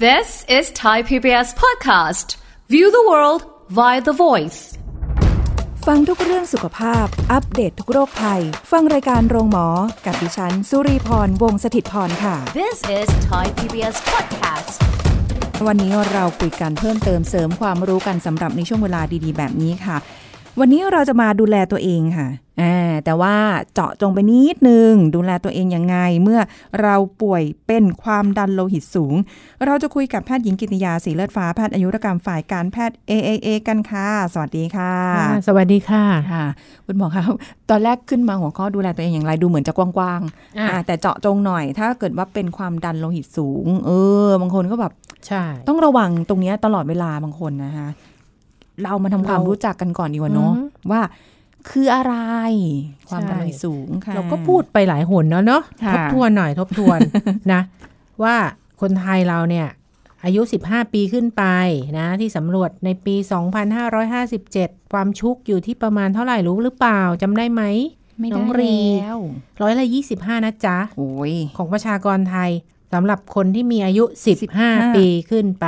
This is Thai PBS podcast. View the world via the voice. ฟังทุกเรื่องสุขภาพ อัปเดตททุกโรคภัย ฟังรายการโรงหมอ กับดิฉัน สุรีพร วงศิตพรค่ะ This is Thai PBS podcast. วันนี้เราคุยกันเพิ่มเติมเสริมความรู้กันสำหรับในช่วงเวลาดีๆ แบบนี้ค่ะ วันนี้เราจะมาดูแลตัวเองค่ะอ่าแต่ว่าเจาะจงไปนิดนึง ดูแลตัวเองยังไง เมื่อเราป่วยเป็นความดันโลหิตสูง เราจะคุยกับแพทย์หญิงกิติยาสีเลือดฟ้าแพทย์อายุรกรรมฝ่ายการแพทย์ AAA กันค่ะ สวัสดีค่ะ ค่ะสวัสดีค่ะ ค่ะคุณหมอคะตอนแรกขึ้นมาหัวข้อดูแลตัวเองอย่างไรดูเหมือนจะกว้างๆ อ่ะ อ่ะแต่เจาะจงหน่อย ถ้าเกิดว่าเป็นความดันโลหิตสูง เออ บางคนก็แบบ ใช่ ต้องระวังตรงเนี้ยตลอดเวลาบางคนนะคะเรามาทำความรู้จักกันก่อนดีกว่าเนาะ อืม ว่า คืออะไร ความดันโลหิตสูงค่ะ เราก็พูดไปหลายหนแล้วเนาะ ค่ะ ทบทวนหน่อยทบทวน นะ ว่าคนไทยเราเนี่ย อายุ 15 ปีขึ้นไปนะ ที่สำรวจในปี 2557 ความชุกอยู่ที่ประมาณเท่าไหร่รู้หรือเปล่าจำได้ไหม ไม่ น้ ได้ องรี แล้ว ร้อยละ 25 นะจ๊ะ โอ้ย ของประชากรไทยสำหรับคนที่มีอายุ 15 15 ปีขึ้นไป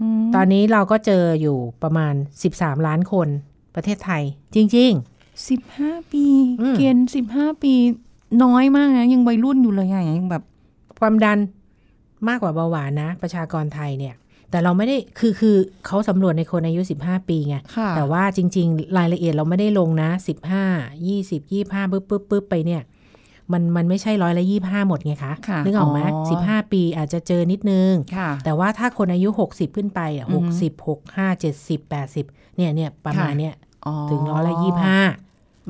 อืม ตอนนี้เราก็เจออยู่ประมาณ 13 ล้านคนประเทศไทย จริง สิบห้าปี อืม เกณฑ์สิบห้าปี น้อยมากนะยังวัยรุ่นอยู่เลยอะยังแบบ ๆ ความดันมากกว่าเบาหวานนะ ประชากรไทยเนี่ย แต่เราไม่ได้คือคือเขาสำรวจในคนอายุ 15 ปีไง ค่ะ แต่ว่าจริง ๆ รายละเอียดเราไม่ได้ลงนะ 15 20 25ปึ๊บปึ๊บปึ๊บไปเนี่ย มันมันไม่ใช่ร้อยละยี่ห้าหมดไงคะ ค่ะ นึกออกไหม อ๋อ สิบห้าปีอาจจะเจอนิดนึง ค่ะ แต่ว่าถ้าคนอายุ 60 ขึ้นไปอ่ะ อื ห อก ฮึ สิบหกห้าเจ็ดสิบแปดสิบเนี่ยเนี่ยประมาณ ค่ะ เนี้ย อ๋อ ถึงร้อยละยี่ห้า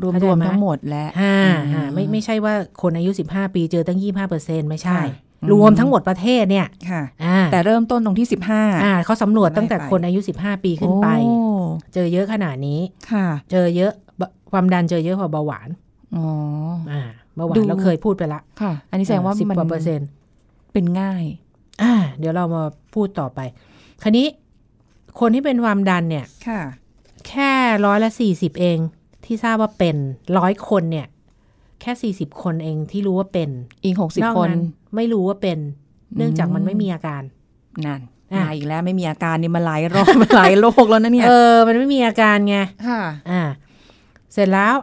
รวม เข้าร ใจ วม ไหม ทั้งหมดแล้ว ห้า อืม ไม่ไม่ใช่ว่าคนอายุ 15 ปีเจอตั้ง 25เปอร์เซ็นต์ไม่ใช่ ค่ะอืม รวมทั้งหมดประเทศเนี่ย ค่ะ อ่า แต่เริ่มต้นตรงที่สิบห้า อ่าเขาสำรวจตั้งแต่ ไล่ไป คนอายุ 15 ปีขึ้นไป เจอเยอะขนาดนี้ ค่ะ เจอเยอะบะความดันเจอเยอะกว่าเบาหวาน อ๋อ อ่าเบาหวา ดู นเราเคยพูดไปละ ค่ะ อันนี้แสดงว่า สิบ มัน กว่าเปอร์เซ็นต์ เป็นง่าย อ่าเดี๋ยวเรามาพูดต่อไป คราวนี้คนที่เป็นความดันเนี่ย ค่ะ แค่ร้อยละสี่สิบเองที่ทราบว่าเป็นร้อยคนเนี่ย แค่สี่สิบคนเองที่รู้ว่าเป็น อีกหกสิบ นอก คน ไม่รู้ว่าเป็น ม เนื่องจากมันไม่มีอาการ นั่น อ่ะ มาอีกแล้วไม่มีอาการนี่มาหลายรอบ หลายโรค แล้วนะเนี่ย เออ มันไม่มีอาการไง ค่ะ อ่า เสร็จแล้ว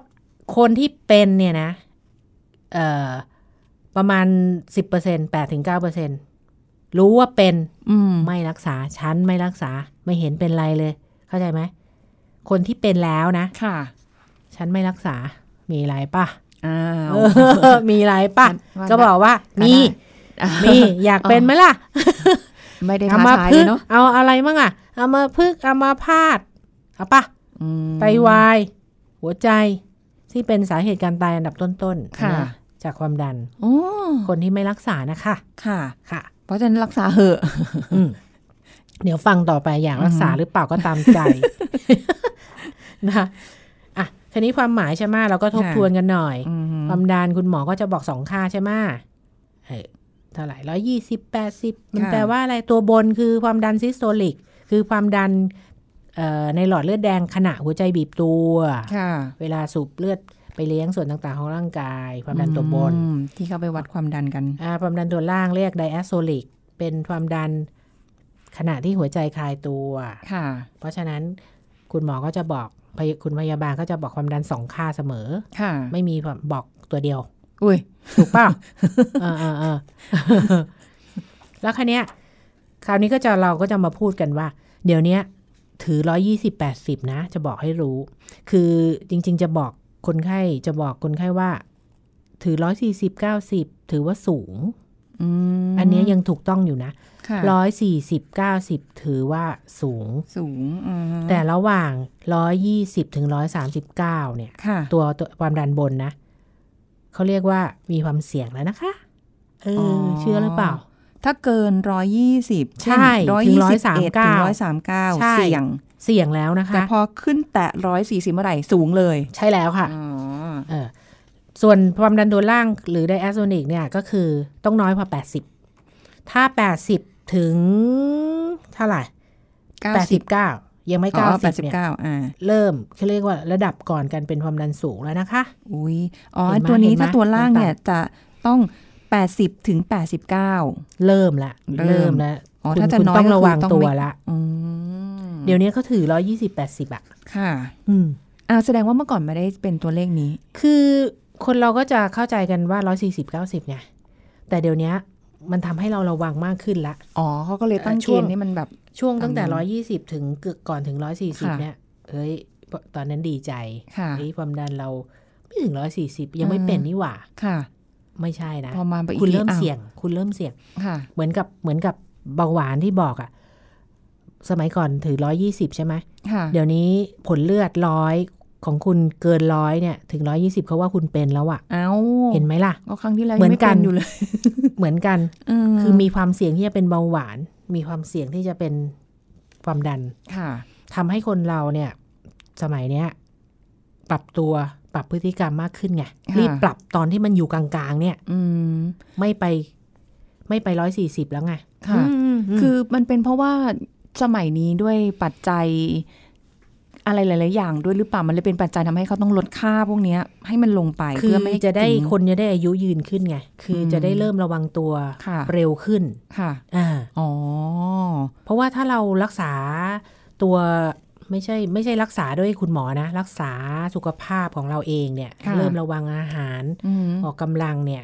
คนที่เป็นเนี่ยนะ เอ่อ ประมาณสิบเปอร์เซ็นแปดถึงเก้าเปอร์เซ็นรู้ว่าเป็น อืม ไม่รักษาฉันไม่รักษา ไม่เห็นเป็นไรเลย เข้าใจไหมคนที่เป็นแล้วนะ ค่ะ ฉันไม่รักษา มีไรป่ะ อ้าว เออ มีไรป่ะ ว่า ก็บอกว่า ก็ได้ มีมีอยากเป็นไหมล่ะ ไม่ได้ เอา ท้า มา ทาย พึ เล ก ยเนาะ เอาอะไรบ้างอะเอามาพึกเอามาพาดเอาปะ อืม ไตวาย หัวใจที่เป็นสาเหตุการตายอันดับต้นๆ ค่ะ นจากความดัน โอ้ คนที่ไม่รักษานะคะ ค่ะ ค่ะ เพราะฉะนั้นรักษาเหอะ อืมเดี๋ยวฟังต่อไปอย่างรักษา อือหือ หรือเปล่าก็ตาม ใจ นะคะอ่ะทีนี้ความหมายใช่ไหมเราก็ทบทวนกันหน่อย อืม ความดันคุณหมอก็จะบอกสองค่าใช่ไหมเอ่อเท่าไหร่ร้อยี่สิบแปดสิบมันแปลว่าอะไรตัวบนคือความดันซิสโตลิก คือความดันเอ่อในหลอดเลือดแดงขณะหัวใจบีบตัว ค่ะ เวลาสูบเลือดไปเลี้ยงส่วนต่างๆของร่างกาย ความดันตัวบน อืมที่เขาไปวัดความดันกัน อ่าความดันตัวล่างเรียกไดแอสโซลิก เป็นความดันขณะที่หัวใจคลายตัว ค่ะ เพราะฉะนั้นคุณหมอก็จะบอกพยคุณพยาบาลก็จะบอกความดันสองค่าเสมอ ค่ะ ไม่มีแบบบอกตัวเดียว อุ้ย ถูกเปล่า เออเออเออแล้วคันเนี้ย คราวนี้ก็จะเราก็จะมาพูดกันว่า เดี๋ยวเนี้ย ถือร้อยี่สิบแปดสิบนะ จะบอกให้รู้ คือจริง ๆ จะบอกคนไข้จะบอกคนไข้ว่า ถือร้อยสี่สิบเก้าสิบถือว่าสูง อืม อันเนี้ยยังถูกต้องอยู่นะ ค่ะ ร้อยสี่สิบเก้าสิบถือว่าสูง สูงอืม แต่ระหว่างร้อยยี่สิบถึงร้อยสามสิบเก้าเนี่ย ค่ะ ตัวตัวความดันบนนะ เขาเรียกว่ามีความเสี่ยงแล้วนะคะเอออเชื่อหรือเปล่า ถ้าเกินร้อยยี่สิบ ใช่ ร้อย ถึ ยี่ ง สิบเอ็ด 139 ถึงร้อยสามเก้า ใช่ เสี่ยง เสี่ยงแล้วนะคะ แต่พอขึ้นแตะร้อยสี่สิบเมื่อไหร่สูงเลย ใช่แล้วค่ะ อ๋อ เออส่วนความดันตัวล่างหรือไดแอสโซนิกเนี่ยก็คือต้องน้อยกว่า 80 ถ้า 80 ถึงเท่าไหร่ เก้าสิบ 89 ยังไม่ อ๋อแปด 90 สิบ เนี่ย เก้าอ่า เริ่มเขาเรียกว่าระดับก่อนการเป็นความดันสูงแล้วนะคะ อุ้ยอ๋อ เห็นไหม ตัวนี้ เห็นไหม ถ้าตัวล่างเนี่ยจะต้องแปดสิบถึงแปดสิบเก้า เริ่มละ เริ่ม แล้ว อ๋อ คุณ ถ้าจะ คุณ น้อย ต้อง ก็ ระ คือ วัง ต้อง ตัว ไม่ ละ อืม เดี๋ยวนี้เขาถือร้อยี่สิบแปดสิบอะ ค่ะ อืม อ้าวแสดงว่าเมื่อก่อนไม่ได้เป็นตัวเลขนี้ คือคนเราก็จะเข้าใจกันว่าร้อยสี่สิบเก้าสิบไงแต่เดี๋ยวนี้มันทำให้เราระวังมากขึ้นละ อ๋อเขาก็เลยตั้ง เอ่อช่ เก วง ณฑ์นี่มันแบบ ช่วงตั้งแต่ อืม ร้อยี่สิบถึงเกือบก่อนถึงร้อยสี่สิบ ค่ะ เนี่ยเอ้ย ตอนนั้นดีใจ ค่ะ เอ้ยความดันเราไม่ถึงร้อยสี่สิบยังไม่เป็นนี่หว่า ค่ะ ไม่ใช่นะ พอมาไปอีก คุณเริ่ม อ้าว เสี่ยง คุณเริ่มเสี่ยง ค่ะ เหมือนกับเหมือนกับเบาหวานที่บอกอะสมัยก่อนถือร้อยี่สิบใช่ไหม ค่ะ เดี๋ยวนี้ผลเลือดร้อยของคุณเกินร้อยเนี่ย ถึงร้อยี่สิบเขาว่าคุณเป็นแล้วอะ เอ้า เห็นไหมล่ะ ก็ครั้งที่แล้ว เหมื ยัง อน ไม่ กั เป็น นอยู่เลย เหมือนกัน ม คือมีความเสี่ยงที่จะเป็นเบาหวาน มีความเสี่ยงที่จะเป็นความดัน ค่ะ ทำให้คนเราเนี่ย สมัยเนี้ย ปรับตัวปรับพฤติกรรมมากขึ้นไง ค่ะ รีบปรับตอนที่มันอยู่กลางๆ เนี่ย อืม ไม่ไป ไม่ไปร้อยสี่สิบแล้วไง ค่ะ อืม คือมันเป็นเพราะว่าสมัยนี้ด้วยปัจจัย อะไรหลาย ๆ อย่างด้วยหรือเปล่ามันเลยเป็นปัจจัยทำให้เขาต้องลดค่าพวกเนี้ย ให้มันลงไป คือ เพื่อไม่ให้ จะได้ ทิ้ง คนจะได้อายุยืนขึ้นไง คืออ ม จะได้เริ่มระวังตัว ค่ะ เร็วขึ้น ค่ะ อ่า อ๋อ เพราะว่าถ้าเรารักษาตัวไม่ใช่ ไม่ใช่รักษาด้วยคุณหมอนะ รักษาสุขภาพของเราเองเนี่ย ค่ะ เริ่มระวังอาหาร อืม ออกกำลังเนี่ย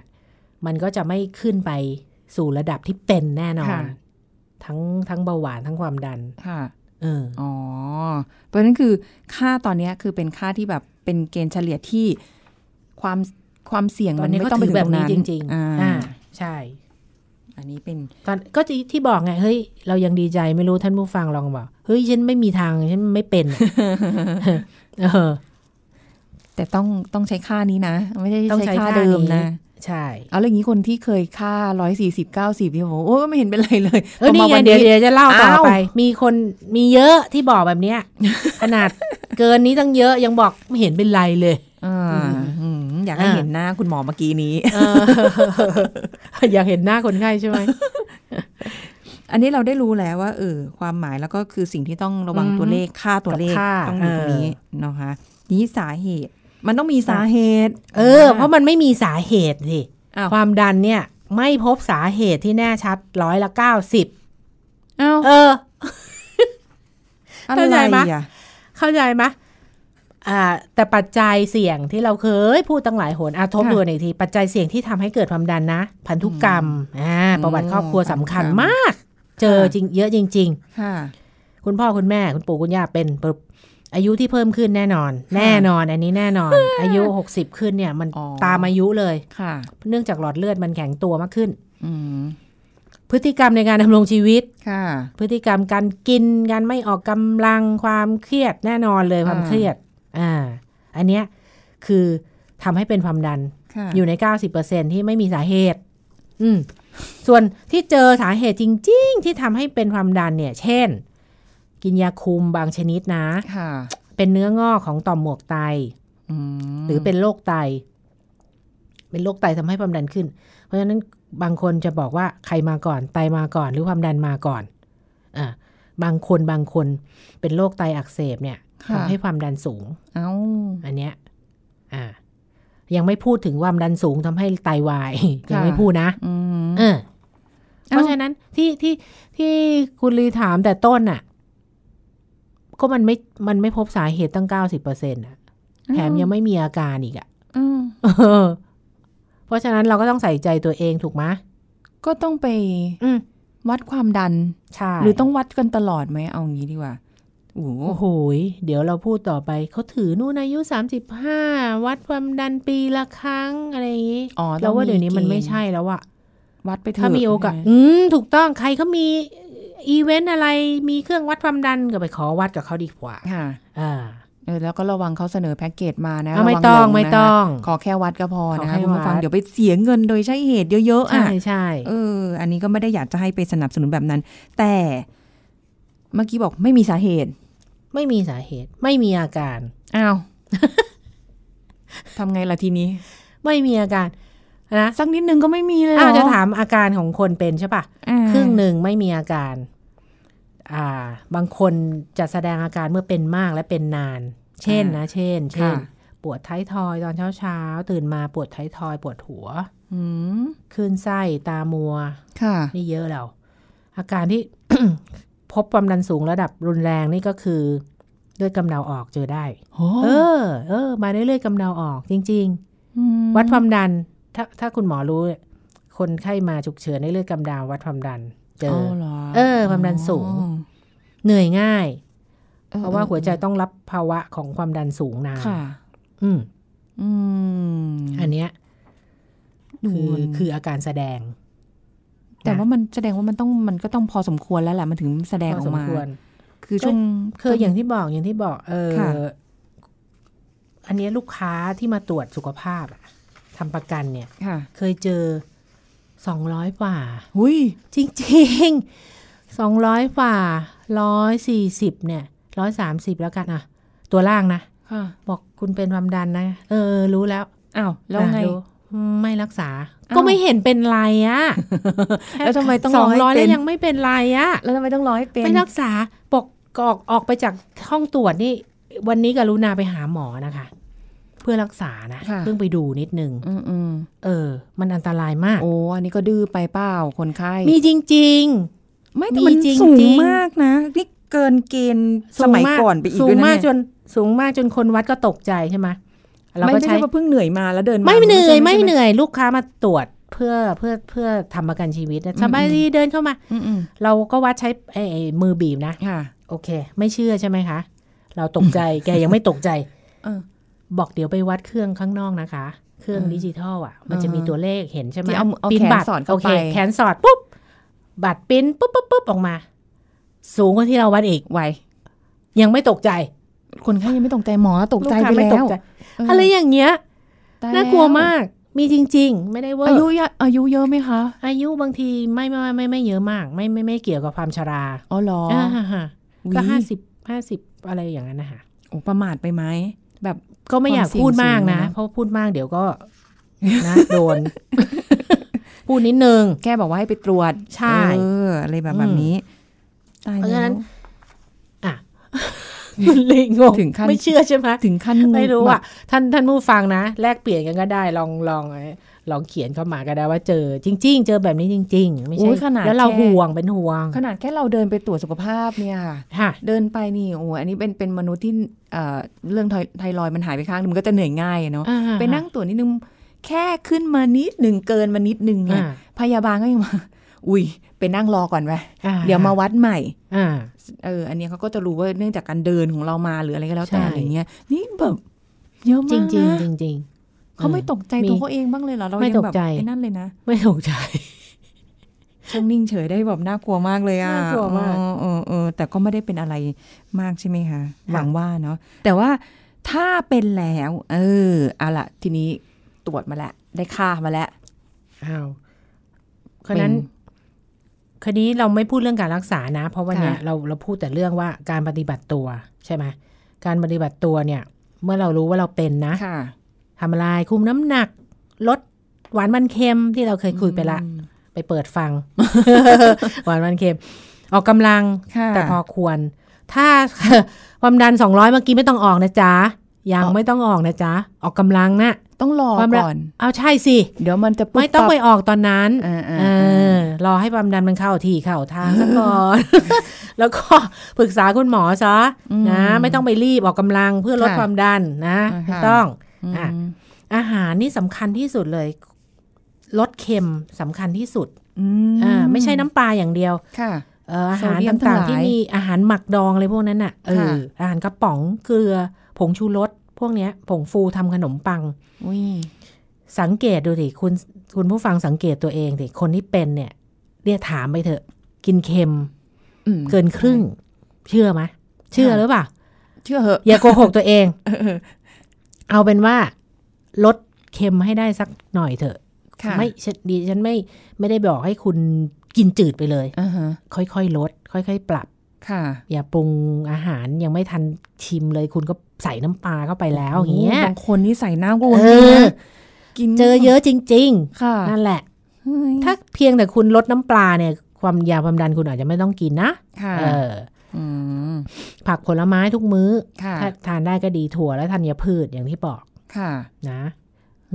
มันก็จะไม่ขึ้นไปสู่ระดับที่เป็นแน่นอน ค่ะ ทั้งทั้งเบาหวานทั้งความดัน ค่ะ เออ อ๋อ เพราะฉะนั้นคือค่าตอนเนี้ยคือเป็นค่าที่แบบเป็นเกณฑ์เฉลี่ยที่ความความเสี่ยง ตอ มัน น นี้ ไม่ ก็ ต้องไปถือ ถึง แบ ต บ รง นี้ นั้น จริง ๆ อ่า อ่า ใช่ อันนี้เป็น ตอนก็ที่ที่บอกไง เฮ้ย เรายังดีใจไม่รู้ท่านผู้ฟังลองบอกเฮ้ย ฉันไม่มีทาง ฉันไม่เป็น อะ เออ แต่ต้องต้องใช้ค่านี้นะ ไม่ใช่ ต้องใช้ ใช้ค่า ค่า เดิม นี้ นะ ใช่ เอาเรื่องนี้คนที่เคยค่าร้อยสี่สิบเก้าสิบนี่บอกว่าโอ้ยไม่เห็นเป็นไรเลย เออ พมา นี่ไง วั เดี๋ยว นี้ เดี๋ยวจะเล่าต่อ อ้าว ไป มีคนมีเยอะที่บอกแบบเนี้ย ขนาดเกินนี้ตั้งเยอะยังบอกไม่เห็นเป็นไรเลย อ่าอืมอยากให้ อ่า เห็นหน้าคุณหมอเมื่อกี้นี้ เออ อยากเห็นหน้าคนไข้ใช่ ไหม อันนี้เราได้รู้แล้วว่าเออความหมายแล้วก็คือสิ่งที่ต้องระวัง อือฮึ ตัวเลขค่าตัวเลข กับค่า ต้องมีตรงนี้ เอ นะคะนี้สาเหตุ มันต้องมีสาเหตุ เออ เพราะมันไม่มีสาเหตุสิ อ้าว ความดันเนี่ย ไม่พบสาเหตุที่แน่ชัดร้อยละเก้าสิบ อ้าว เออ อะไร เข้าใจไหม อ่ะ เข้าใจไหมอ่า แต่ปัจจัยเสี่ยงที่เราเคยพูดตั้งหลายหนอาทบทวนอีกที ปัจจัยเสี่ยงที่ทำให้เกิดความดันนะ พันธุกรรมอ่าประวัติครอบครัวสำคัญมาก เจอจริงเยอะจริง ค่ะ ๆ คุณพ่อคุณแม่ คุณปู่คุณย่าเป็นปุ๊บอายุที่เพิ่มขึ้นแน่นอน แน่นอน อันนี้แน่น อน อายุหกสิบขึ้นเนี่ย มัน อ๋อ ตามอายุเลย ค่ะ เนื่องจากหลอดเลือดมันแข็งตัวมากขึ้น อืม พฤติกรรมในการดำรงชีวิต ค่ะ พฤติกรรมการกินการไม่ออกกำลังความเครียดแน่นอนเลยความ อ่า เครียด อ่า อันเนี้ยคือทำให้เป็นความดัน ค่ะ อยู่ใน 90%ที่ไม่มีสาเหตุ อืม ส่วนที่เจอสาเหตุจริง ๆ ที่ทำให้เป็นความดันเนี่ย เช่น กินยาคุมบางชนิดนะ ค่ะ เป็นเนื้องอกของต่อมหมวกไต อืม หรือเป็นโรคไต เป็นโรคไตทำให้ความดันขึ้น เพราะฉะนั้นบางคนจะบอกว่าใครมาก่อน ไตมาก่อน หรือความดันมาก่อน อ่า บางคนบางคนเป็นโรคไตอักเสบเนี่ย ค่ะ ทำให้ความดันสูง เอ้า อันเนี้ย อ่า ยังไม่พูดถึงความดันสูงทำให้ไตวาย ยังไม่พูดนะ อืม เออ เอ้า เพราะฉะนั้นที่ที่ที่คุณลีถามแต่ต้นน่ะ ก็มันไม่ มันไม่พบสาเหตุตั้งเก้าสิบเปอร์เซ็นต์่ะ แถมยังไม่มีอาการอีกอ่ะ อ้าว เออเพราะฉะนั้นเราก็ต้องใส่ใจตัวเองถูกไหม ก็ต้องไป อืม วัดความดัน ใช่ หรือต้องวัดกันตลอดไหมเอางี้ดีกว่าโอ้โห โอ้โหยเดี๋ยวเราพูดต่อไป เขาถือนู่นอายุสามสิบห้าวัดความดันปีละครั้งอะไรอย่างนี้ อ๋อ เราว่าเดี๋ยวนี้มันไม่ ต้อ ใช่แล้วอะ งมีเกณฑ์วัดไปเถะ ถ้ามีโอกาส ใช่ไห อืมถูกต้องใครเขามีอีเวนต์อะไรมีเครื่องวัดความดันก็ไปขอวัดกับเขาดีกว่า ค่ะ อ่า เออแล้วก็ระวังเขาเสนอแพ็กเกจมานะ เอาไม่ ระวั ต้อง ลนะ ไม่ต้อง ขอแค่วัดก็พอ ขอ นะ แค่ คุณผู้ฟัง วัด เดี๋ยวไปเสียเงินโดยใช้เหตุเยอะๆ ใช่ อ่ะ ใช่ เออ อันนี้ก็ไม่ได้อยากจะให้ไปสนับสนุนแบบนั้น แต่เมื่อกี้บอกไม่มีสาเหตุ ไม่มีสาเหตุ ไม่มีอาการ อ้าว ทำไงล่ะทีนี้ ไม่มีอาการนะ สักนิดนึงก็ไม่มีเลยเหร อ้าว อ จะถามอาการของคนเป็นใช่ปะ อ่า ครึ่งหนึ่งไม่มีอาการ อ่า บางคนจะแสดงอาการเมื่อเป็นมากและเป็นนาน เช่นนะ เช่น เช่ ค่ะ น ปวดท้ายทอยตอนเช้าเช้าๆตื่นมาปวดท้ายทอย ปวดหัว อืม คลื่นไส้ตามัว ค่ะ นี่เยอะเรา อาการที่ พบความดันสูงระดับรุนแรงนี่ก็คือเลือดกำเดาออกเจอได้ โอ้ เออ เออ มาเรื่อยๆกำเดาออกจริง ม ๆ วัดความดัน ถ้าถ้าคุณหมอรู้เนี่ยคนไข้มาฉุกเฉินในเลือดกำเดาวัดความดัน เจอ หร เออความดันสูง เหนื่อยง่าย เพราะว่าหัวใจต้องรับภาวะของความดันสูงนาน ค่ะ อืม อืม อันเนี้ยคือคืออาการแสดง แต่ว่ามันแสดงว่ามันต้องมันก็ต้องพอสมควรแล้วแหละมันถึงแสดงออกมา คือช่วง คืออย่างที่บอกอย่างที่บอก เออ ค่ะ อันเนี้ยลูกค้าที่มาตรวจสุขภาพอะทำประกันเนี่ย ค่ะ เคยเจอสองร้อยกว่า หุย จริงๆสองร้อยกว่าร้อยสี่สิบเนี่ยร้อยสามสิบแล้วกันอ่ะ ตัวล่างนะ ค่ะ บอกคุณเป็นความดันนะ เออ รู้แล้ว อ้าวแล้วไง อ่ะรู้ไม่รักษา อ้าว ก็ไม่เห็นเป็นไรอะ แล้วทำไมต้อง สองร้อย ให้ แล้ว เป็น ยังไม่เป็นไรอะ แล้วทำไมต้องร้อยเป็น ไม่รักษาบอกกอกออกไปจากห้องตรวจนี่ วันนี้กรุณาไปหาหมอนะคะ เพื่อรักษานะ ค่ะ เพิ่งไปดูนิดนึง อืมอืม เออ มันอันตรายมาก โอ้อันนี้ก็ดื้อไปเปล่าคนไข้ มีจริง ๆ ไม่แต่มัน มีจริง สูง จริง มากนะนี่เกินเกณฑ์ส สูง มัยก่อนไปอีก สู ด้ว ง ยนะ มากจ เนี่ย นสูงมากจนคนวัดก็ตกใจใช่ไหมเรา ไม่ ก็ ใช่ ใช้ ว่าเพิ่งเหนื่อยมาแล้วเดินมา ไม่เหนื่อยไม่ ใช่ เหนื่อยลูกค้ามาตรวจเพื่อเพื่อเพื่อทำประกันชีวิตนะ อืม สบายดีเดินเข้ามา อืมอืม เราก็วัดใช้ไอ้ไอ้มือบีบนะ ค่ะ โอเค ไม่เชื่อใช่ไหมคะ เราตก ใจ แกยังไม่ตกใจ เออ บอกเดี๋ยวไปวัดเครื่องข้างนอกนะคะ เครื่องดิจิทัลอ่ะ มันจะมีตัวเลขเห็นใช่ไหม ที่เอาเอา ปริ้น แขน บัตร สอดเข้า โอเค ไป แขนสอดปุ๊บบัตรปริ้นปุ๊บปุ๊บปุ๊บออกมา สูงกว่าที่เราวัดอีก ไหว ยังไม่ตกใจ คนไข้ยังไม่ตกใจหมอตกใจไป กค้าม่ แล้ ต ว กใจอะไรอย่างเงี้ย ตย น่ากลัวมาก มีจริง ๆ ไม่ได้เวอร์ อายุเยอะอายุเยอะไหมคะ อายุบางทีไม่ไม่ไม่ไม่เยอะมาก ไม่ไม่ไม่เกี่ยวกับความชรา อ๋อเหรอ อ่าฮะฮะก็ อุ๊ย ห้าสิบห้าสิบอะไรอย่างนั้นนะคะ โอ้ประมาทไปไหมแบบ ก็ไม่อยาก ความเสี่ยง พูดมาก สูง นะ นะ เพราะพูดมากเดี๋ยวก็ นะโดน พูดนิดนึง แค่บอกว่าให้ไปตรวจ ใช่ เอออะไรแบบแบบนี้ตาย เพราะฉะนั้ แล้ว น อ่ะ เลยงง ถึงขั้น ไม่เชื่อใช่ไหม ถึงขั้น ไม่รู้ แบบ อ่ะท่านท่านผู้ฟังนะ แลกเปลี่ยนกันก็ได้ลองลองลองเขียนเข้ามาก็ได้ว่าเจอจริง ๆ เจอแบบนี้จริง ๆ ไม่ใช่ โอ้ยขนาด แล้วเรา แค่ ห่วงเป็นห่วง ขนาดแค่เราเดินไปตรวจสุขภาพเนี่ยค่ะ ค่ะ เดินไปนี่โอ้โหอันนี้เป็นเป็นมนุษย์ที่เอ่อเรื่องไทไทรอยด์มันหายไปข้างหนึ่งมันก็จะเหนื่อยง่ายอะเนาะ อ่าฮะ ไปนั่งตรวจนิดนึงแค่ขึ้นมานิดหนึ่งเกินมานิดหนึ่งเนี่ย อ่า พยาบาลก็ยังมา อุ้ยไปนั่งรอก่อนไป อ่ เดี๋ยวมาวัดใหม่ อ่า เอออันเนี้ยเขาก็จะรู้ว่าเนื่องจากการเดินของเรามาหรืออะไรก็แล้วแต่ ใช่ อะไรเงี้ยนี่แบบเยอะมาจริ ก งจริง นะ จริงจริง เขาไม่ตกใจ มี ตัวเขาเองบ้างเลยเหรอเรา ไม่ ยัง ตก แบบ ใจ ไอ้นั่นเลยนะ ๆไม่ถูกใจ ช่างนิ่งเฉยได้แบบน่ากลัวมากเลยอ่ะ น่ากลัวมาก เออเออเออแต่ก็ไม่ได้เป็นอะไรมากใช่ไหมคะ ะ หวังว่าเนาะแต่ว่าถ้าเป็นแล้ว เออเอาละทีนี้ตรวจมาแล้วได้ค่ามาแล้ว อ้าวคนนั้น เป็น คนนี้เราไม่พูดเรื่องการรักษานะ เพราะวันเนี้ย ค่ะ เราเราพูดแต่เรื่องว่าการปฏิบัติตัวใช่ไหมการปฏิบัติตัวเนี่ย เมื่อเรารู้ว่าเราเป็นนะ ค่ะ ทำอะไรคุมน้ำหนัก ลดหวานมันเค็มที่เราเคยคุยไปละ ไปเปิดฟัง หวานมันเค็ม ออกกำลัง ค่ะ แต่พอควร ถ้า ความดัน 200 เมื่อกี้ไม่ต้องออกนะจ๊ะ ยัง ออก ไม่ต้องออกนะจ๊ะ ออกกำลังนะ ต้องรอ ความละ ก่อน เอาใช่สิ เดี๋ยวมันจะปุ๊บ ไม่ต้องไป ปั๊บ ออกตอนนั้น อ่าอ่า เออ รอให้ความดันมันเข้าที่เข้าทางซะก่อน แล้วก็ปรึกษาคุณหมอซะ ม นะ ไม่ต้องไปรีบออกกำลังเพื่อลด ค่ะ ความดันนะ อ่า ไม่ ค่ะ ต้อง อืม อ่ะ อาหารนี่สำคัญที่สุดเลย ลดเค็มสำคัญที่สุด อืม อ่าไม่ใช่น้ำปลาอย่างเดียว ค่ะ เอ่ออาหาร โซเดียม ต่าทั้งหงลา ๆ ย ที่มีอาหารหมักดองอะไรพวกนั้นน่ะเอ ค่ะ ออาหารกระป๋องเกลือ ผงชูรสพวกเนี้ย ผงฟูทำขนมปัง อุ้ย สังเกตดูดิคุณคุณผู้ฟังสังเกตตัวเองดิคนที่เป็นเนี่ยเรียกถามไปเถอะ กินเค็ม อืม เกินครึ่ง เชื่อไหมเชื่อหรือเปล่า เชื่อเหอะ อย่าโกหกตัวเอง เออ เอาเป็นว่า ลดเค็มให้ได้สักหน่อยเถอะ ค่ะ ไม่ฉันดิฉันไม่ไม่ได้บอกให้คุณกินจืดไปเลย อ่าฮะ ค่อยๆลด ค่อยๆ ปรับ ค่ะ อย่าปรุงอาหารยังไม่ทันชิมเลย คุณก็ใส่น้ำปลาเข้าไปแล้วอย่างเงี้ย บางคนนี่ใส่น้ำก็วนเลเอย อ นะกิน เจอเยอะจริง ค่ะ ๆ นั่นแหละ เฮ้ย ถ้าเพียงแต่คุณลดน้ำปลาเนี่ย ความยาความดันคุณอาจจะไม่ต้องกินนะ ค่ะ เออ อืม ผักผลไม้ทุกมื้อ ค่ะ ถ้าทานได้ก็ดีถั่วและธัญพืชอย่างที่บอก ค่ะ นะ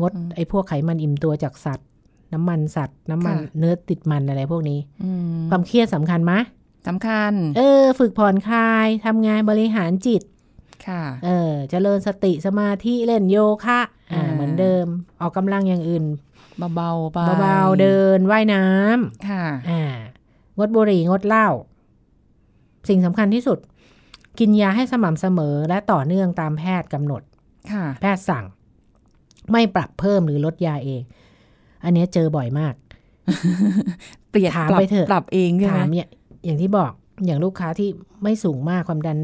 งด อืม ไอ้พวกไขมันอิ่มตัวจากสัตว์ น้ำมันสัตว์ น้ำมัน ค่ะ เนื้อติดมันอะไรพวกนี้ อืม ความเครียดสำคัญไหมะ สำคัญ เออ ฝึกผ่อนคลายทำงานบริหารจิต ค่ะ เออเจริญสติสมาธิเล่นโยคะอ่า อ่า เหมือนเดิม ออกกำลังอย่างอื่น เบาๆไป เบาๆเดินว่ายน้ำ ค่ะ อ่างดบุหรี่งดเหล้าสิ่งสำคัญที่สุด กินยาให้สม่ำเสมอและต่อเนื่องตามแพทย์กำหนด ค่ะ แพทย์สั่ง ไม่ปรับเพิ่มหรือลดยาเอง อันเนี้ยเจอบ่อยมาก เปลี่ยน ถาม ปรับ ไปเถอะ ปรับเองใช่ไหม ถามเนี่ยอย่างที่บอกอย่างลูกค้าที่ไม่สูงมากความดัน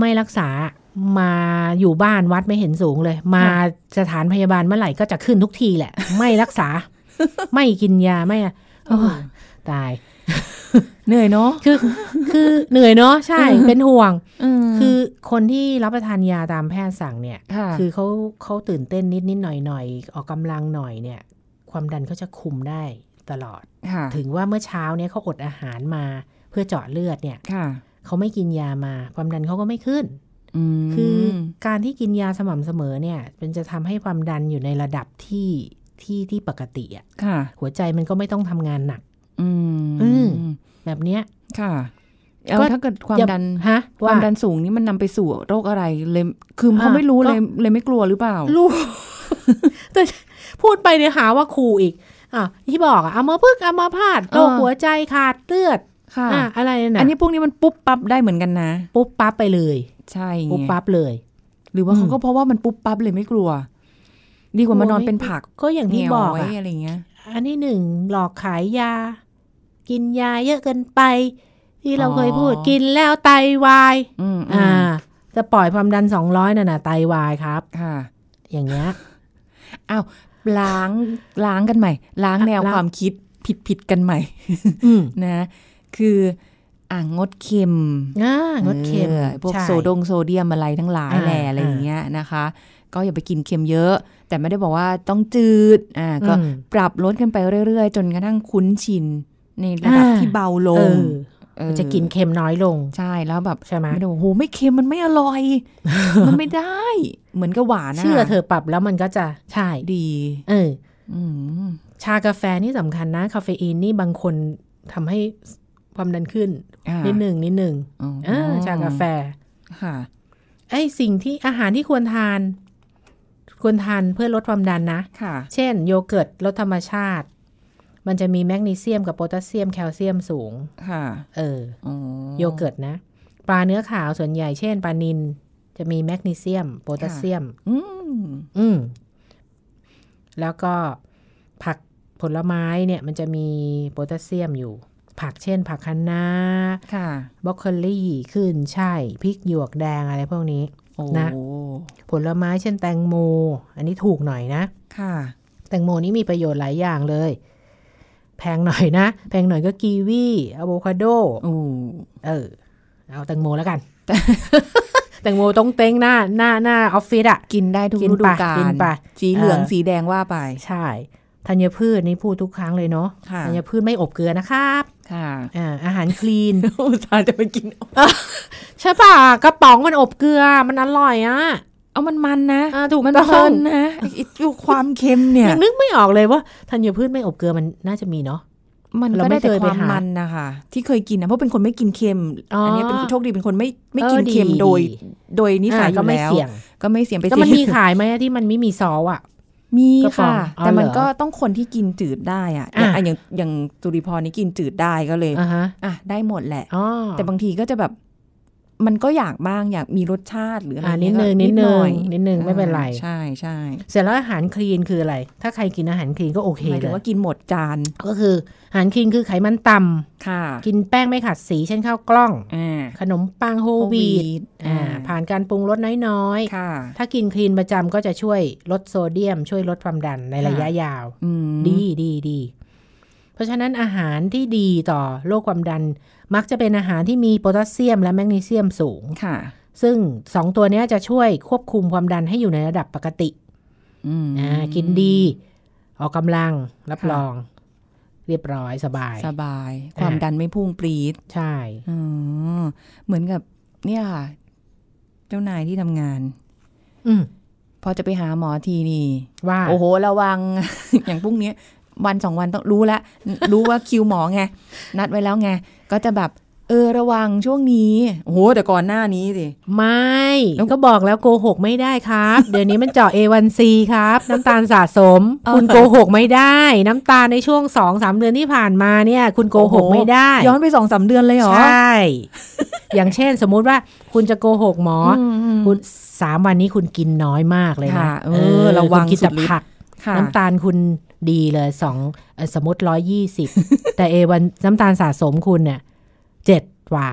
ไม่รักษามาอยู่บ้านวัดไม่เห็นสูงเลย มาสถานพยาบาลเมื่อไหร่ก็จะขึ้นทุกที แหละ ไม่รักษา ไม่กินยาไม่อะ โอ้ โอ้ยตาย เหนื่อยเนาะ คือ คือเหนื่อยเนาะใช่ เป็นห่วง ม คือคนที่รับประทานยาตามแพทย์สั่งเนี่ย ค่ะ คือเขาเขาตื่นเต้นนิดนิดหน่อยหน่อยๆออกกำลังหน่อยเนี่ย ความดันเขาจะคุมได้ตลอด ค่ะ ถึงว่าเมื่อเช้าเนี่ยเขาอดอาหารมาเพื่อเจาะเลือดเนี่ย ค่ะ เขาไม่กินยามา ความดันเขาก็ไม่ขึ้น อืม คือการที่กินยาสม่ำเสมอเนี่ยมันจะทำให้ความดันอยู่ในระดับที่ที่ที่ปกติอะ ค่ะ หัวใจมันก็ไม่ต้องทำงานหนัก อืม อืม แบบเนี้ย ค่ะเอา ก็ ถ้าเกิดความ อย่ ดัน ฮะ ค ว่า วามดันสูงนี่มันนำไปสู่โรคอะไรเลยคือเขา อ่ะ ไม่รู้ ก็ เลยเลยไม่กลัวหรือเปล่า ลูก แต่พูดไปเนี่ยวหาว่าครูอีกอ่ะที่บอกอะเอามาพึกษ์อามาพาดโรค อ่า หัวใจขาดเลือด ค่ะ อ่ะอะไรนะ อันนี้พวกนี้มันปุ๊บปั๊บได้เหมือนกันนะ ปุ๊บปั๊บไปเลย ใช่ไง ปุ๊บปั๊บเลย หรือว่าเขาก็เพราะว่ามันปุ๊บปั๊บเลยไม่กลัว ดีกว่ามานอน กลัวไม่ เป็นผัก ก็อย่าง เห ที่ นียว บอก ไว้ อะ อะไรเงี้ย อันที่หนึ่งหลอกขายยา กินยาเยอะเกินไป ที่เรา อ๋อ เคยพูดกินแล้วไตวาย อืม อ่า อ่า จะปล่อยความดันสองร้อยน่ะนะไตวายครับ ค่ะ อย่างเงี้ย ล้างล้างกันใหม่ ล้างแนว ล้าง ความคิดผิดผิดๆกันใหม่ อืม นะ คืออ่างงดเค็ม อ่างดเค็ม ออพวก ใช่ โซดงโซเดียมอะไรทั้งหลาย อ่า แหล่อะไรอย่างเงี้ยนะคะ ก็อย่าไปกินเค็มเยอะ แต่ไม่ได้บอกว่าต้องจืดอ่าก็ อืม ปรับลดกันไปเรื่อยๆ จนกระทั่งคุ้นชิน ในระดับที่เบาล เอง อ เออ มันจะกินเค็มน้อยลง ใช่แล้วแบบ ใช่ไหม ไม่ได้บอกโหไม่เค็มมันไม่อร่อย มันไม่ได้ เหมือนกับหวานะ เชื่อเธอปรับแล้วมันก็จะใช่ ดี เออ อืม ชากาแฟนี่สำคัญนะ คาเฟอีนนี่บางคนทำให้ความดันขึ้น อ่า นิดหนึ่งนิดหนึ่ง อ๋อ อ่าชากาแฟ ค่ะ ไอ้สิ่งที่อาหารที่ควรทาน ควรทานเพื่อลดความดันนะ ค่ะ เช่น โยเกิร์ตรสธรรมชาติ มันจะมีแมกนีเซียมกับโพแทสเซียมแคลเซียมสูง ค่ะ เออ อ๋อ โยเกิร์ตนะ ปลาเนื้อขาวส่วนใหญ่เช่นปลานิลจะมีแมกนีเซียมโพแทสเซียม อืม อืม แล้วก็ผักผลไม้เนี่ยมันจะมีโพแทสเซียมอยู่ ผักเช่น ผักคะน้า ค่ะ บรอกโคลีขึ้นใช่พริกหยวกแดงอะไรพวกนี้ โอ้ นะ ผลไม้เช่นแตงโม อันนี้ถูกหน่อยนะ ค่ะ แตงโมนี่มีประโยชน์หลายอย่างเลย แพงหน่อยนะ แพงหน่อยก็กีวีอะโวคาโด โอ้ เออ เอาแตงโมแล้วกัน แตงโมต้องเต้งหน้าหน้าหน้าออฟฟิศอะ กินได้ทุก กิน ฤดู ไป กา กิ ล นไป สีเหลือง เออ สีแดงว่าไป ใช่ธัญพืชนี่พูดทุกครั้งเลยเนาะ ค่ะ ธัญพืชไม่อบเกลือนะครับ ค่ะ อ่าอาหารคลีน อุตส่าห์จะไปกิน ใช่ป่ะกระป๋องมันอบเกลือมันอร่อยอะ เอามันมันนะ อ่าถูก มัน ต้อง เพลินนะไอ้ไอ้ความเค็มเนี่ย ยังนึกไม่ออกเลยว่าธัญพืชไม่อบเกลือมันน่าจะมีเนาะ มันก็ เราไม่ ได้แต่ เคย ค ไป วาม หามั มันนะคะที่เคยกินนะเพราะเป็นคนไม่กินเค็ม อ๋ออั นนี้เป็นโชคดีเป็นคนไม่ไม่กิน เออดี เค็มโดย ดี โดยนิสัยอ อ่าก็ ยู่ ไม่ แล้ว เสี่ยง ก็ไม่เสี่ยงไป ก็มัน เสี่ยง มีขายไหมอะที่มันไม่มีซอสอ่ะ มี กระป๋อ ค่ะ งอ๋อ แต่มัน เหรอ ก็ต้องคนที่กินจืดได้อะอย่าง อ่ะ อย่างอย่างสุริพรนี่กินจืดได้ก็เลย อ่าฮะ อ่ะได้หมดแหละ อ๋อ แต่บางทีก็จะแบบ มันก็อยากบ้างอยากมีรสชาติหรืออะไร อ่านิ เงี้ ด ย นึง ก็ นิดนึ ห ง อย นิดนึงไม่เป็นไร อ่าใช่ใช่ เสร็จแล้วอาหารคลีนคืออะไร ถ้าใครกินอาหารคลีนก็โอเค หมาย เล ถึง ย ว่ากินหมดจาน ก็คืออาหารคลีนคือไขมันต่ำ ค่ะ กินแป้งไม่ขัดสีเช่นข้าวกล้อง อ่า ขนมปังโฮลวีต ต อ่า อ่า ผ่านการปรุงรสน้อย ค่ะ ๆ ถ้ากินคลีนประจำก็จะช่วยลดโซเดียม ช่วยลดความดันในระยะยาว อืม ดีดีดี เพราะฉะนั้นอาหารที่ดีต่อโรคความดัน มักจะเป็นอาหารที่มีโพแทสเซียมและแมกนีเซียมสูง ค่ะ ซึ่งสองตัวเนี้ยจะช่วยควบคุมความดันให้อยู่ในระดับปกติ อืม อ่ากินดี ออกกำลังรับ ค่ะ รอง เรียบร้อยสบาย สบาย ความ อ่ะ ดันไม่พุ่งปรีด ใช่ อ๋อเหมือนกับ เนี่ยค่ะ เจ้านายที่ทำงาน อืม พอจะไปหาหมอทีนี่ ว่า โอ้โห ระวัง อย่างพรุ่งนี้ วันสองวันต้องรู้ละ รู้ว่าคิวหมอไง นัดไว้แล้วไง ก็จะแบบ เออ ระวังช่วงนี้ โอ้โห แต่ก่อนหน้านี้สิ ไม่ แล้ว ก็บอกแล้วโกหกไม่ได้ครับ เดี๋ยวนี้มันเจาะ A1C ครับ น้ำตาลสะสม เออ คุณโกหกไม่ได้ น้ำตาลในช่วงสองสามเดือนที่ผ่านมาเนี่ย คุณโกหกไม่ได้ ย้อนไปสองสามเดือนเลยเหรอ ใช่ อย่างเช่นสมมุติว่าคุณจะโกหกหมออ อืม คุณสามวันนี้คุณกินน้อยมากเลยนะ ค่ะเออระวัง คุณกินแต่ สุดฤทธิ์ ผัก ค่ะ น้ำตาลคุณดีเลยสองเอ่อสมมติร้อยยี่ สิบ แต่เอวันน้ำตาลสะสมคุณเนี่ยเจ็ดกว่า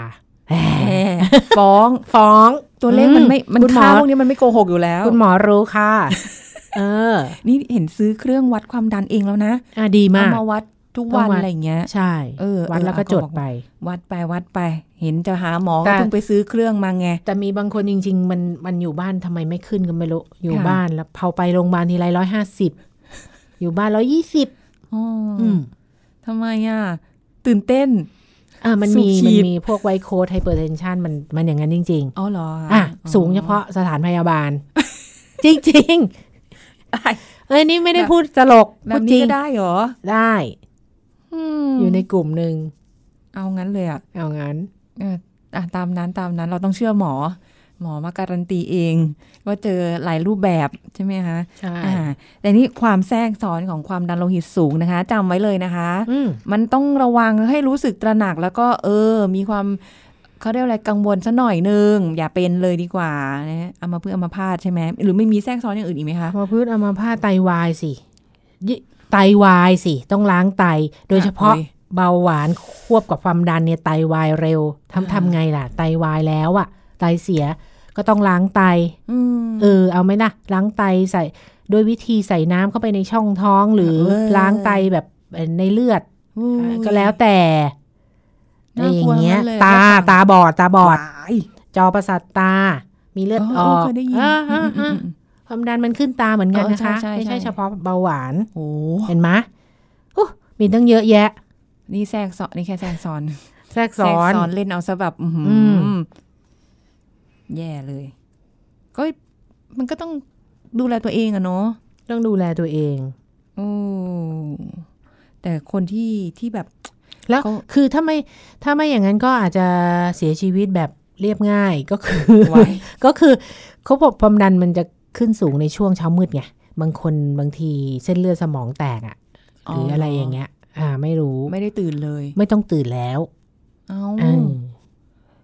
แห แห ม มฟ้อง ฟ้อง ตัวเลขมันไม่ มัน คุณหมอ ค่าพวกนี้มันไม่โกหกอยู่แล้ว คุณหมอรู้ค่ะ เออ นี่เห็นซื้อเครื่องวัดความดันเองแล้วนะ อ่ะดี เอา มาก มาวัดทุกวัน ต้องวัด อะไรอย่างเงี้ย ใช่ เออ วัด เออ แล้วก็ เอาก็ จด บอก ไป วัดไปวัดไป เห็นจะหาหมอก็แต่เพิ่งไปซื้อเครื่องมาไง แต่มีบางคนจริง ๆ มันมันอยู่บ้านทำไมไม่ขึ้นก็ไม่รู้ อยู่ ค่ะ บ้านแล้วพอไปโรงพยาบาลทีไรร้อยห้าสิบ อยู่บ้านร้อยยี่สิบ อ๋ออทำไมอ่ะ ตื่นเต้น อ่ามัน สูบ มี ฉี มัน ด มีพวกไวโคดไฮเปอร์เทนชันมันมันอย่างนั้นจริง ๆ อ๋อเหรอ อ่ะ สูงเฉพาะสถานพยาบา ล จริง อะไร ๆเอ้ยนี่ไม่ได้ แบบ พูดตลก แบ พู บ ดจ นี้ ริง ก็ได้เหรอ ได้ อืม อยู่ในกลุ่มหนึ่ง เอางั้นเลยอ่ะ เอางั้น เอออ่ะตามนั้นตามนั้นเราต้องเชื่อหมอ หมอมาการันตีเอง ว่าเจอหลายรูปแบบใช่ไหมคะ ใช่ อ่า แต่นี่ความแทรกซ้อนของความดันโลหิตสูงนะคะจำไว้เลยนะคะ อืม มันต้องระวังให้รู้สึกตระหนักแล้วก็เออ มีความเขาเรียกอะไรกังวลซะหน่อยนึง อย่าเป็นเลยดีกว่านะเอามาเพื่อเอามาพาดใช่ไหมหรือไม่มีแทรกซ้อนอย่างอื่นอีกไหมคะ พอพืชอามาพาตไตวายสิยิไตวายสิ ต้องล้างไต โดยเฉพาะ โอ้ย เบาหวานควบกับความดันเนี่ยไตวายเร็วทำทำไงล่ะ ไตวายแล้วอะไตเสียก็ต้องล้างไต อืม เออเอาไหมนะล้างไตใส่ด้วยวิธีใส่น้ำเข้าไปในช่องท้องหรือ เออ ล้างไตแบบเอ่อในเลือด ย ก็แล้วแต่ น่าก อ ลัว ย่างเงี้ย มากเลย ตา ว่าตา ตาบอดตาบอด ตาย จอประสาทตา มีเลือดออก เคยได้ยิน อ่า อื อ่าม อื อ่าม อืม ความดันมันขึ้นตาเหมือนกัน เออ นะคะ ใช่ใช่ ไม่ใช่ ใช่ เฉพาะเบาหวาน โอ้ เห็นไหมอู้มีตั้งเยอะแยะ นี่แทรกซ้อนนี่แค่แทรกซ้อน แทรก แทร ซ้อก น ซ้อนเล่นเอาซะแบบอื้อหืออ ม แย่เลย ก็มันก็ต้องดูแลตัวเองอะเนาะ ต้องดูแลตัวเอง โอ้แต่คนที่ที่ แบบ แล้ว เขา คือถ้าไม่ถ้าไม่อย่างนั้นก็อาจจะเสียชีวิตแบบเรียบง่ายก็คือ ไว้ ก็คือเขาบอกความดันมันจะขึ้นสูงในช่วงเช้ามืดไงบางคนบางทีเส้นเลือดสมองแตกอะหรืออะไรอย่างเงี้ย อ่า ไม่รู้ไม่ ไม่ได้ตื่นเลย ไม่ต้องตื่นแล้ว เอ้า อืม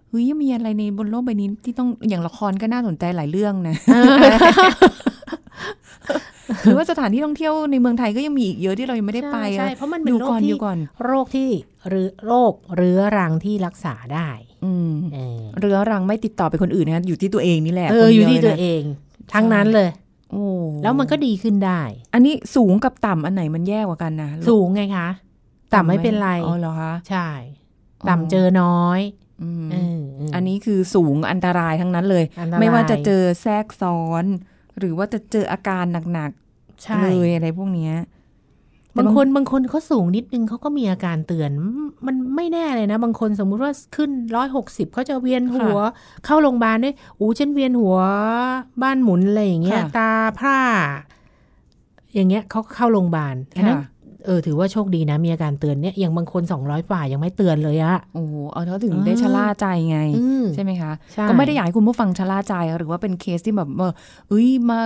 เฮ้ยยังมีอะไรในบนโลกใบนี้ที่ต้องอย่างละครก็น่าสนใจหลายเรื่อง นะ หรือว่าสถานที่ท่องเที่ยวในเมืองไทยก็ยังมีอีกเยอะที่เรายังไม่ได้ไป ใช่ อะ ใช่เพราะมันเป็น ดู โรค ก่อน ที่ ดูก่อน โรคที่หรือโรคเรื้อรังที่รักษาได้ อืม เออ เรือรังไม่ติดต่อไปคนอื่นนะอยู่ที่ตัวเองนี่แหละ เอคอนดีอยู่ที่ตัลวนะ เอง ทั้งนั้นเลย โอ้ แล้วมันก็ดีขึ้นได้ อันนี้สูงกับต่ำอันไหนมันแย่กว่ากันนะ สูงไงคะต่ำไม่เป็นไร อ๋อเหรอคะ ใช่ ต่ำเจอน้อย อืม เอออม อันนี้คือสูงอันตรายทั้งนั้นเลย อันตราย ไม่ว่าจะเจอแทรกซ้อน หรือว่าจะเจออาการหนัก ใช่ ๆเลยอะไรพวกเนี้ย แต่ บา บาง ง คนบางคนเขาสูงนิดนึงเขาก็มีอาการเตือนมมันไม่แน่เลยนะ บางคนสมมุติว่าขึ้นร้อยหกสิบเขาจะเวียนหัว เข้าโรงพยาบาลด้วยอู้ฉันเวียนหัวบ้านหมุนอะไรอย่างเงี้ย ค่ะ ตาพร่า อย่างเงี้ยเขาก็เข้าโรงพยาบาลอันนั้น ค่ะ เออถือว่าโชคดีนะ มีอาการเตือนเนี่ยอย่างบางคนสองร้อยฝ่ายังไม่เตือนเลยอะ โอ้โหเอาเขาถึง อ่า ได้ชะล่าใจไง อืม ใช่ไหมคะ ใช่ ก็ไม่ได้อยากให้คุณผู้ฟังชะล่าใจ หรือว่าเป็นเคสที่แบบว่าเอ้ยมา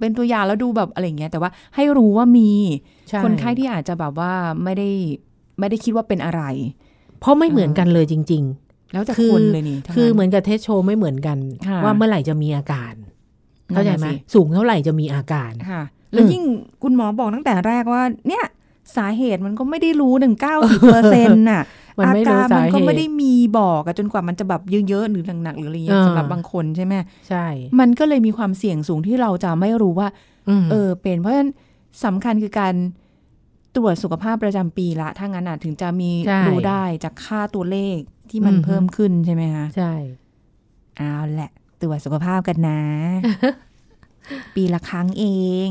เป็นตัวอย่างแล้วดูแบบอะไรอย่างเงี้ย แต่ว่าให้รู้ว่ามี ใช่ คนไข้ที่อาจจะแบบว่าไม่ได้ไม่ได้คิดว่าเป็นอะไร เพราะไม่เหมือนกันเลยจริง แล้วแต่ คือ คนเลยนี่ทั้ง ๆ คือเหมื นั้น อนกับเทสโชว์ไม่เหมือนกัน ค่ะ ว่าเมื่อไหร่จะมีอาการ เข้าใจไหม นั่นน่ะสิ สูงเท่าไหร่จะมีอาการ ค่ะแล้ว อืม ยิ่งคุณหมอบอกตั้งแต่แรกว่า เนี่ยสาเหตุมันก็ไม่ได้รู้หนึ่งเก้าสิบเปอร์เซ็นต์น่ะ มัน อา ไม่รู้ การ สามั เหตุ ก็ไม่ได้มีบอกอะจนกว่ามันจะแบบเยอะๆหรือหนักๆหรืออะไรเงี้ย อ่า สำหรับบางคนใช่ไหม ใช่ มันก็เลยมีความเสี่ยงสูงที่เราจะไม่รู้ว่า เออ เป็นเพราะฉะนั้นสำคัญคือการตรวจสุขภาพประจำปีละถ้างั้นอะถึงจะมี ใช่ รู้ได้จากค่าตัวเลขที่มัน อือฮึ เพิ่มขึ้นใช่ไหมคะ ใช่ เอาแหละตรวจสุขภาพกัน นะ ปีละครั้งเอง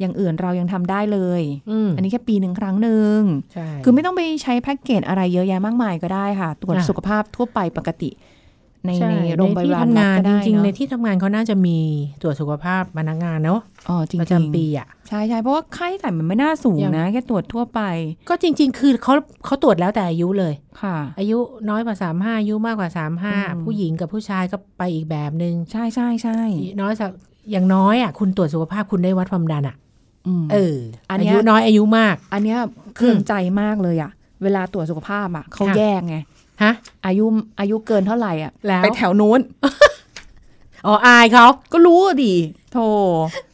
อย่างอื่นเรายังทำได้เลย อืม อันนี้แค่ปีหนึ่งครั้งหนึ่ง ใช่ คือไม่ต้องไปใช้แพ็กเกจอะไรเยอะแยะมากมายก็ได้ค่ะ ตรวจ อ่ะ สุขภาพทั่วไปปกติ ใน ช่ ในโรงพยาบาลรัฐในที่ทำงาน ก็ จ ได้ ริงๆ เนาะ ในที่ทำงานเขาน่าจะมีตรวจสุขภาพพนักงานเนาะ อ๋อจริง ประจำปีอ่ะ ๆใช่ใช่เพราะว่าค่าใช้จ่ายมันไม่น่าสูง อย่าง นะ แค่ตรวจทั่วไป ก็จริง ๆ คือเขาเขาตรวจแล้วแต่อายุเลย ค่ะ อายุน้อยกว่าสามห้าอายุมากกว่าสามห้า อืม ผู้หญิงกับผู้ชายก็ไปอีกแบบหนึ ใช่ใช่ใช่ ่งน้อยสักอย่างน้อยอ่ะคุณตรวจสุขภาพคุณได้วัดความดันอ่ะ อืม เออ อัน อา เนี้ย ยุน้อยอายุมาก อันเนี้ยเครื่องใจมากเลยอะเวลาตรวจสุขภาพอะเขา ค่ะ แยกไง ฮะ อายุอายุเกินเท่าไหร่อะ แล้ว ไปแถวนู้น อ๋ออายเขา ก็รู้อะดิโธ่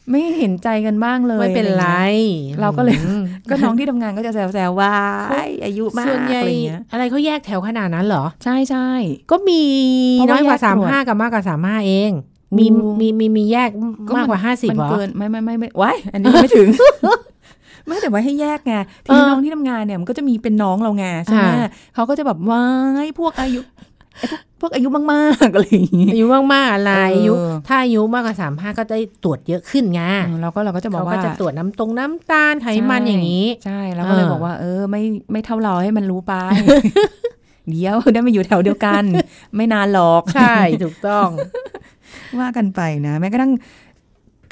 ไม่เห็นใจกันบ้างเลย ไม่เป็นไร อะ เราก็เลย อืรมงี้ยก็น้องที่ทำงานก็จะแซวๆว่าอายุมาก ส่วนใหญ่ อะไรเงี้ย อะไรเขาแยกแถวขนาดนั้นเหรอ ใช่ใช่ ก็มี เพราะว่า น้อยกว่า แยกตรวจ สามห้ากับมากกว่าสามห้าเอง มี อืม มีมีมีแยกมากกว่าห้าสิบ มั เหรอ เกินไม่ไม่ไม่ไม่ว้ายอันนี้ไม่ถึง ไม่แต่ว่าให้แยกไงทีนี้ เออ น้องที่ทำงานเนี่ยมันก็จะมีเป็นน้องเราไงใช่ไหม อ่า เขาก็จะแบบว้ายพวกอายุไอ้พวกพวกอายุมากๆอะไรอย่างงี้ อายุมากๆอะไร เอออ อายุ ถ้าอายุมากกว่าสามห้าก็ได้ตรวจเยอะขึ้นไง เออเราก็เราก็จะบอก เขาก็ ว่า จะตรวจน้ำตรงน้ำตาลไขมัน ใช่ อย่างนี้ ใช่แล้วก็เลย อ่า บอกว่า เออ ไม่ไม่เท่าเราให้มันรู้ ไป เดี๋ยวได้มาอยู่แถวเดียวกัน ไม่นานหรอก ใช่ ถูกต้อง ว่ากันไปนะแม้กระทั่ง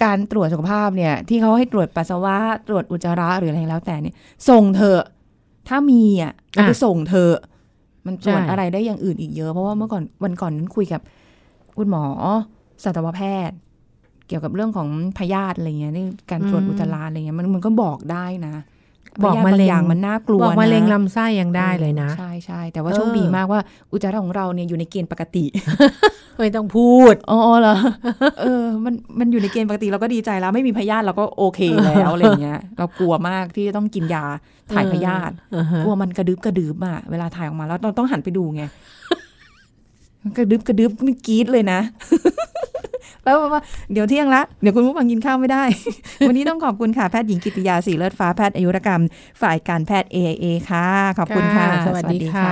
การตรวจสุขภาพเนี่ย ที่เขาให้ตรวจปัสสาวะตรวจอุจจาระหรืออะไรแล้วแต่เนี่ย ส่งเถอะถ้ามีอ่ะ อ่ะ ไปส่งเถอะมันตรวจ ใช่ อะไรได้อย่างอื่นอีกเยอะเพราะว่าเมื่อก่อนวันก่อนนั้นคุยกับคุณหมอสัตวแพทย์ เกี่ยวกับเรื่องของพยาธิอะไรเงี้ยนี่การตรวจอุจจาระอะไรเงี้ยมันมันก็บอกได้นะ บอก พยธิ มะเร็ง อย่างมันน่ากลัว บอกมะเร็ง นะ ลำไส้ยังได้เลยนะ ใช่ใช่แต่ว่า เออ โชคดีมากว่าอุจจาระของเราเนี่ยอยู่ในเกณฑ์ปกติ ไม่ต้องพูด อ๋อเหรอเออ มันมันอยู่ในเกณฑ์ปกติเราก็ดีใจแล้วไม่มีพยาธิเราก็โอเคแล้วอะไรอย่างเงี้ย เรากลัวมากที่จะต้องกินยาถ่ายพยาธิ อ่าฮะ กลัวมันกระดึบกระดืบอ่ะเวลาถ่ายออกมาแล้วเราต้องหันไปดูไงกระดึบกระดึบนี่กรี๊ดเลยนะ แล้วบอกว่าเดี๋ยวเที่ยงละเดี๋ยวคุณผู้ฟังกินข้าวไม่ได้ วันนี้ต้องขอบคุณค่ะแพทย์หญิงกิติยาสีเลิศฟ้าแพทย์อายุรกรรม ฝ่ายการแพทย์ AIA ค่ะขอบคุณค่ะ สวัสดีค่ะ